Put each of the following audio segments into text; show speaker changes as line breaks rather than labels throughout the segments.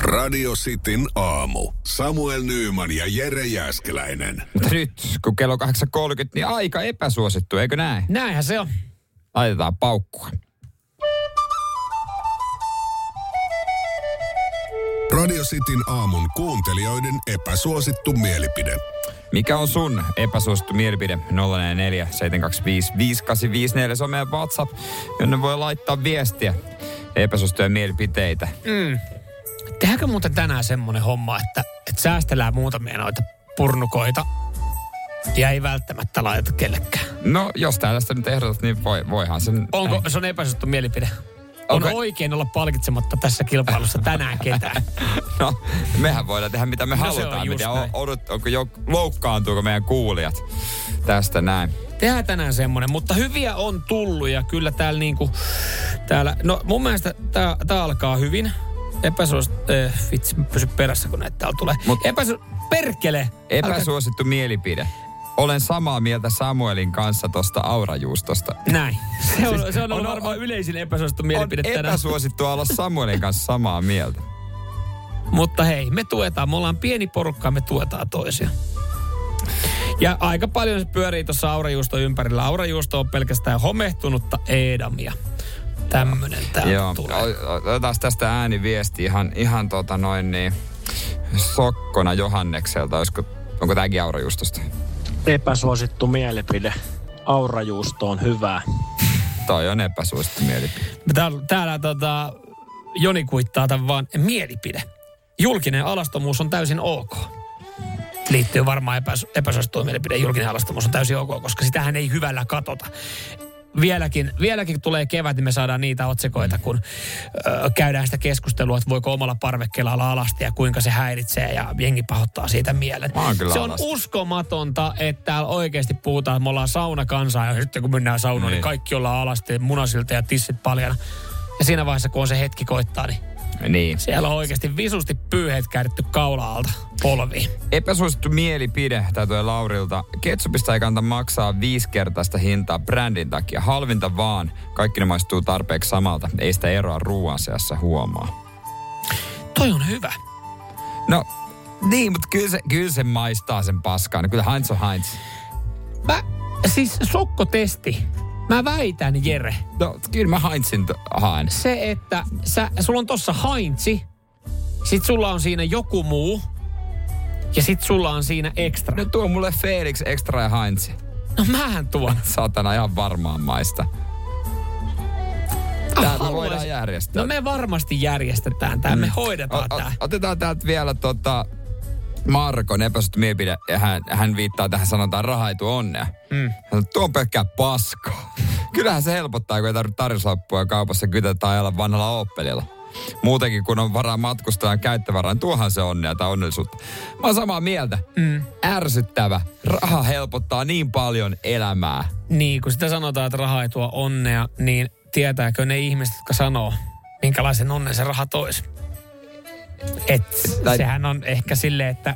Radio Cityn aamu. Samuel Nyyman ja Jere Jäskeläinen.
Mutta nyt, kun kello 8.30, niin aika epäsuosittu, eikö näin?
Näinhän se on.
Laitetaan paukkua.
Radio Cityn aamun kuuntelijoiden epäsuosittu mielipide.
Mikä on sun epäsuosittu mielipide? 044 725 5854. Se on meidän WhatsApp, jonne voi laittaa viestiä epäsuosittuja mielipiteitä.
Tehdäänkö muuten tänään semmonen homma, että, että säästellään muutamia noita purnukoita ja ei välttämättä laiteta kellekään?
No, jos tällaista nyt ehdotat, niin voi, voihan sen...
Onko, se on epäsuosittu mielipide. On
Onko-
oikein olla palkitsematta tässä kilpailussa tänään ketään.
No, mehän voidaan tehdä mitä me
No, se on
halutaan.
just
Mitä
näin.
odot, onko jo, loukkaantuuko meidän kuulijat tästä näin?
Tehdään tänään semmonen, mutta hyviä on tullut ja kyllä täällä niinku, täällä, no mun mielestä tää, tää alkaa hyvin. Epäsuos, äh, vitsi, mä pysyn perässä kun näitä täällä tulee.
Mut-
Mut, Epäsu, perkele! Älkää-
Epäsuosittu mielipide. Olen samaa mieltä Samuelin kanssa tuosta aurajuustosta.
Näin. Se on, se on ollut
on-
varmaan
on-
yleisin epäsuosittu mielipide
on
tänään.
epäsuosittua olla Samuelin kanssa samaa mieltä.
Mutta hei, me tuetaan. Me ollaan pieni porukka, me tuetaan toisia. Ja aika paljon se pyörii tuossa aurajuusto ympärillä. Aurajuusto on pelkästään homehtunutta Eedamia. Tämmönen täältä
Joo,
tulee.
o- o- otetaan tästä ääniviesti ihan, ihan tota noin niin, sokkona Johannekselta. Olisiko, onko tämäkin aurajuustosta?
Epäsuosittu mielipide. Aurajuusto on hyvää.
Toi on epäsuosittu mielipide.
Täällä, täällä tota, Joni kuittaa tämän vaan mielipide. Julkinen alastomuus on täysin ok. Liittyy varmaan epäs, epäsuosittuun mielipide. Julkinen alastomuus on täysin ok, koska sitähän ei hyvällä katota. Vieläkin, vieläkin kun tulee kevät, niin me saadaan niitä otsikoita, kun ö, käydään sitä keskustelua, että voiko omalla parvekkeella olla alasti ja kuinka se häiritsee ja jengi pahoittaa siitä mielen.
Mä oon kyllä
Se on
alasti.
uskomatonta, että täällä oikeasti puhutaan, että me ollaan saunakansaa ja sitten kun mennään saunaan,
Niin.
niin kaikki ollaan alasti munasilta ja tissit paljana. Ja siinä vaiheessa, kun on se hetki koittaa, niin
Niin.
siellä on oikeasti visusti pyyheet kääritty kaulaalta polviin.
Epäsuosittu mielipide, tää tulee Laurilta. Ketsupista ei kannata maksaa viisikertaista hintaa brändin takia. Halvinta vaan. Kaikki ne maistuu tarpeeksi samalta. Ei sitä eroa ruoan seassa huomaa.
Toi on hyvä.
No, niin, mutta kyllä se, kyllä se maistaa sen paskaan. Kyllä Heinz on Heinz.
Mä, siis sokkotesti. Mä väitän, Jere,
No, kyllä mä Heinzin t- haen.
se, että sä, sulla on tossa haintsi, sit sulla on siinä joku muu, ja sit sulla on siinä ekstra.
No tuo mulle Felix Extra ja Heinz.
No mähän tuon.
Saatana ihan varmaan maista. Tää me
Haluaisin-
voidaan järjestää.
No me varmasti järjestetään tää, me hoidetaan
O- o-
tää.
Otetaan täältä vielä tota Markon epäsuhtu mielipide. Ja hän, hän viittaa tähän sanotaan raha ei tuo onnea. Mm. Tuo on pelkkää paskaa. Kyllähän se helpottaa, kun ei tarvitse tarjouslappua kaupassa kytetään ajalla vanhalla Opelilla. Muutenkin, kun on varaa matkustajan käyttövaraan, niin tuohan se onnea tai onnellisuutta. Mä oon samaa mieltä. Mm. Ärsyttävä. Raha helpottaa niin paljon elämää.
Niin, kun sitä sanotaan, että raha ei tuo onnea, niin tietääkö ne ihmiset, jotka sanoo, minkälaisen onnen se raha toisi? Et,
Tai-
sehän on ehkä silleen, että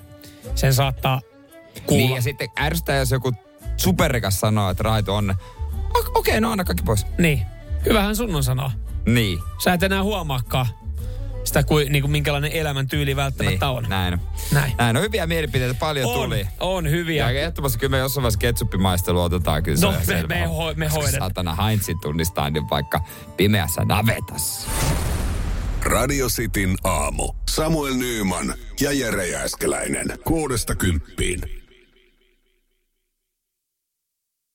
sen saattaa kuulla.
Niin, ja sitten ärsyttää, jos joku superrikas sanoo, että raha ei tuo onnea. O- Okei, okay, no anna kaikki pois.
niin. hyvähän sun on sanoa.
Niin.
Sä et enää huomaakaan sitä, kuin, niin kuin minkälainen elämäntyyli välttämättä
niin,
on.
Näin. on.
Näin.
Näin. on hyviä mielipiteitä paljon
on,
tuli.
on hyviä.
Ja ehdottomasti kyllä me jossain vaiheessa ketsuppimaistelu otetaan kyllä. se
No,
on ihan
me-
selvä
me
homma.
hoi- me
Koska
hoidetaan.
Saatana Heinzin tunnistaa niin vaikka pimeässä navetassa.
Radio Cityn aamu. Samuel Nyyman ja Jere Jäskeläinen. Kuudesta kymppiin.